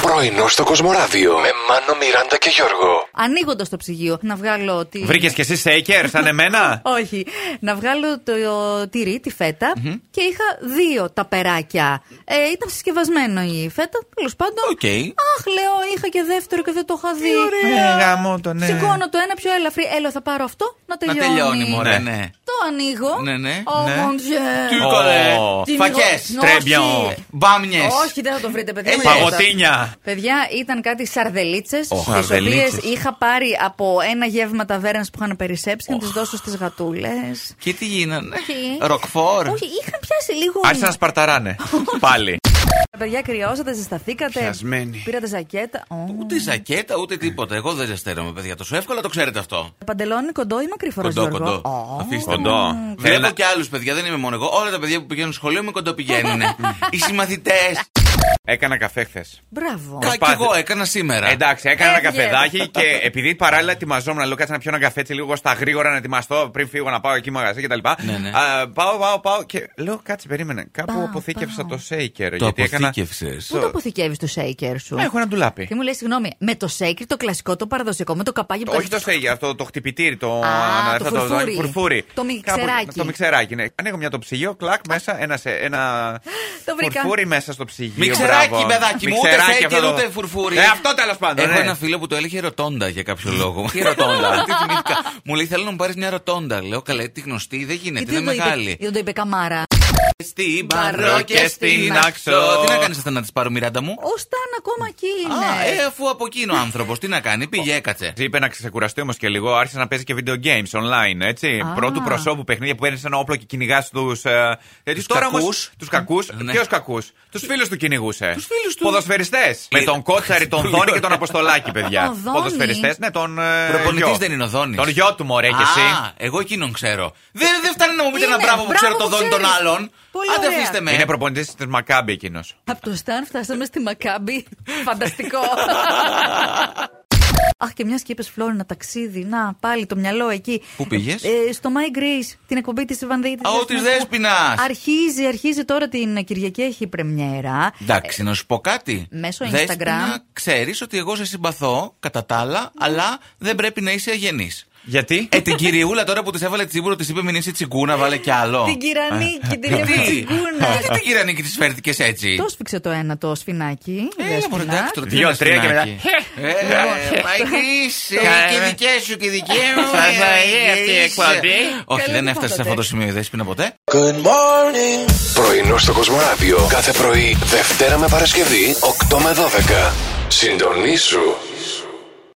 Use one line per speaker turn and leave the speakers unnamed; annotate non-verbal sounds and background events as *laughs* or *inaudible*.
Πρωινό στο Κοσμοράδιο με Μάνο, Μιράντα και Γιώργο.
Ανοίγοντας το ψυγείο, να βγάλω τη.
Βρήκες κι εσύ shaker σαν εμένα.
Όχι. Να βγάλω το τυρί, τη φετα και είχα δύο ταπεράκια. Ε, ήταν συσκευασμένο η φέτα, τέλος πάντων.
Οκ.
Αχ, λέω, είχα και δεύτερο και δεν το είχα δει.
ωραία. Ε, γάμο το, ναι.
Σηκώνω το ένα πιο ελαφρύ. Έλα, θα πάρω αυτό να
Να
τελειώνει.
τελειώνει,
Ναι.
μωρέ, ναι.
Το ανοίγω.
Ναι, ναι.
Oh,
Ναι.
mon Dieu.
Τι
Ω,
καλέ.
Τι
Φακές,
νο-
τρέμπια,
όχι.
ω.
Μπάμιες. Ε,
Όχι, δεν θα το βρείτε, παιδιά.
Έτσι.
μην
Παγωτίνια.
Παιδιά, ήταν κάτι σαρδελίτσες,
Ω,
τις οποίε
σαρδελίτσες.
είχα πάρει από ένα γεύμα ταβέρνας που είχαν περισσέψει και να τις δώσω στις γατούλες.
Και τι γίνανε.
Τι?
Ροκφόρ.
Όχι, είχαν πιάσει λίγο.
Άρχισαν να σπαρταράνε. Πάλι.
Παιδιά, κρυώσατε, ζεσταθήκατε.
Πιασμένοι.
Πήρατε ζακέτα. Ω.
Ούτε ζακέτα, ούτε τίποτα. Εγώ δεν ζεσταίνομαι, παιδιά. Τόσο εύκολα το ξέρετε αυτό.
Παντελόνι κοντό ή μακρύ φοράς,
Κοντό, κοντό. Αφήστε με.
Κοντό. Ναι, Θέλω
Βλέπω
να-
και άλλους παιδιά, δεν είμαι μόνο εγώ. Όλα τα παιδιά που πηγαίνουν σχολείο με κοντό
*laughs*
πηγαίνουν. Οι συμμαθητές.
Έκανα καφέ χθες.
Μπράβο.
Κα κι εγώ έκανα σήμερα.
Εντάξει, έκανα ένα
Έβγε.
καφεδάκι και επειδή παράλληλα ετοιμαζόμουν, λέω κάτσε να πιω ένα καφέ έτσι λίγο στα γρήγορα να ετοιμαστώ πριν φύγω να πάω εκεί μαγαζί και τα λοιπά.
Ναι, ναι.
Α, πάω, πάω, πάω και λέω κάτσε, περίμενε. Κάπου
Πάω,
αποθήκευσα
πάω.
το shaker.
Το
γιατί έκανα...
αποθήκευσες.
Πού το αποθηκεύεις το shaker σου.
Α, Έχω ένα ντουλάπι.
Και μου λέει, συγγνώμη, με το shaker το κλασικό, το παραδοσιακό, με το καπάκι που
Όχι
το
το στέγιο, αυτό το χτυπητήρι, το,
Α,
να-
το
θα
φουρφούρι.
φουρφούρι.
Το μιξεράκι.
Κάπου- το μιξεράκι, ναι. Ανοίγω μια το ψυγείο, κλακ μέσα, ένα, σε- ένα
Το βρήκα.
φουρφούρι μέσα στο ψυγείο.
Μιξεράκι,
μπράβο.
παιδάκι μου, ούτε
Μιξεράκι
shaker,
αυτό το-
ούτε φουρφούρι.
Ε, αυτό τέλος πάντων.
Έχω
ναι.
ένα φίλο που το έλεγε ροτόντα για κάποιο λόγο. *laughs* Τι ροτόντα. Μου λέει θέλω να μου πάρεις μια ροτόντα. Λέω καλέ, τη γνωστή δεν γίνεται,
Γιατί
είναι
δεν το είπε-
μεγάλη.
γιατί δεν το είπε καμάρα.
Στην Παρό και στην Αξό. Τι να κάνεις αυτά να της πάρω, Μιράντα μου.
Ο Σταν ακόμα εκεί είναι.
Α, ε, αφού από εκείνο ο άνθρωπος, τι να κάνει, πήγε, έκατσε.
Είπε να ξεκουραστεί όμως και λίγο, άρχισε να παίζει και video games online, έτσι.
Α.
Πρώτου προσώπου παιχνίδια που παίρνεις ένα όπλο και κυνηγάς τους. Ε, τους τώρα
κακούς.
Τους κακούς.
Ναι.
Ποιου κακούς. Τους φίλους του κυνηγούσε. Τους
φίλους του. Ε,
Ποδοσφαιριστές. Με τον Κότσαρη, τον Δόνη και τον Αποστολάκη, παιδιά.
Ο Δόνη.
Ποδοσφαιριστές, ναι, τον. ε,
Προπονητής
γιο.
δεν είναι ο Δόνης.
Τον γιο του, μωρέ, και εσύ.
Α, Ε, εγώ εκείνον ξέρω. Δεν δεν φτάνει να μου πείτε ένα
Είναι,
μπράβο που
μπράβο
ξέρω
που
τον δόνι των
ξέρεις.
άλλων.
Πολύ
Άντε
ωραία.
αφήστε με.
Είναι προπονητής της Μακάμπη εκείνος.
Από το Σταν φτάσαμε στη Μακάμπη. Φανταστικό. Αχ, και μιας και είπες Φλόρινα ταξίδι. Να, πάλι το μυαλό εκεί.
Πού πήγες?
Ε, στο My Grace, την εκπομπή της Ιβανδίτη.
Α, ο της Δέσποινας.
Αρχίζει, αρχίζει τώρα την Κυριακή, έχει πρεμιέρα.
Εντάξει, να σου πω κάτι.
μέσω Instagram.
Ξέρεις ότι εγώ σε συμπαθώ κατά τα άλλα, αλλά δεν πρέπει να είσαι αγενής.
Γιατί?
Ε, την κυριούλα τώρα που της έβαλε τσίπουρο, της είπε μην είσαι τσιγκούνα, βάλε κι άλλο.
Την Κυρανίκη, την
Γιατί?
Λευκοτσιγκούνα.
Γιατί την κυριανίκη τη φέρθηκε έτσι.
Το σφίξε το ένα το σφινάκι. η
Έλα,
Δέσποινα.
μωρέ, εντάξει, τώρα τι
Δύο,
είναι
τρία και μετά. λοιπόν.
σφινάκι. Ε, Μαϊκής, ε, και δικέ σου και δικέ μου.
Θα ζαεί
ε,
αυτή η
ε,
εκπομπή.
Όχι,
Καλό
δεν έφτασε σε αυτό το σημείο η Δέσποινα ποτέ.
Πρωινό στο Κοσμοράδιο κάθε πρωί, Δευτέρα με Παρασκευή, 8 με 12. Συντονίσου.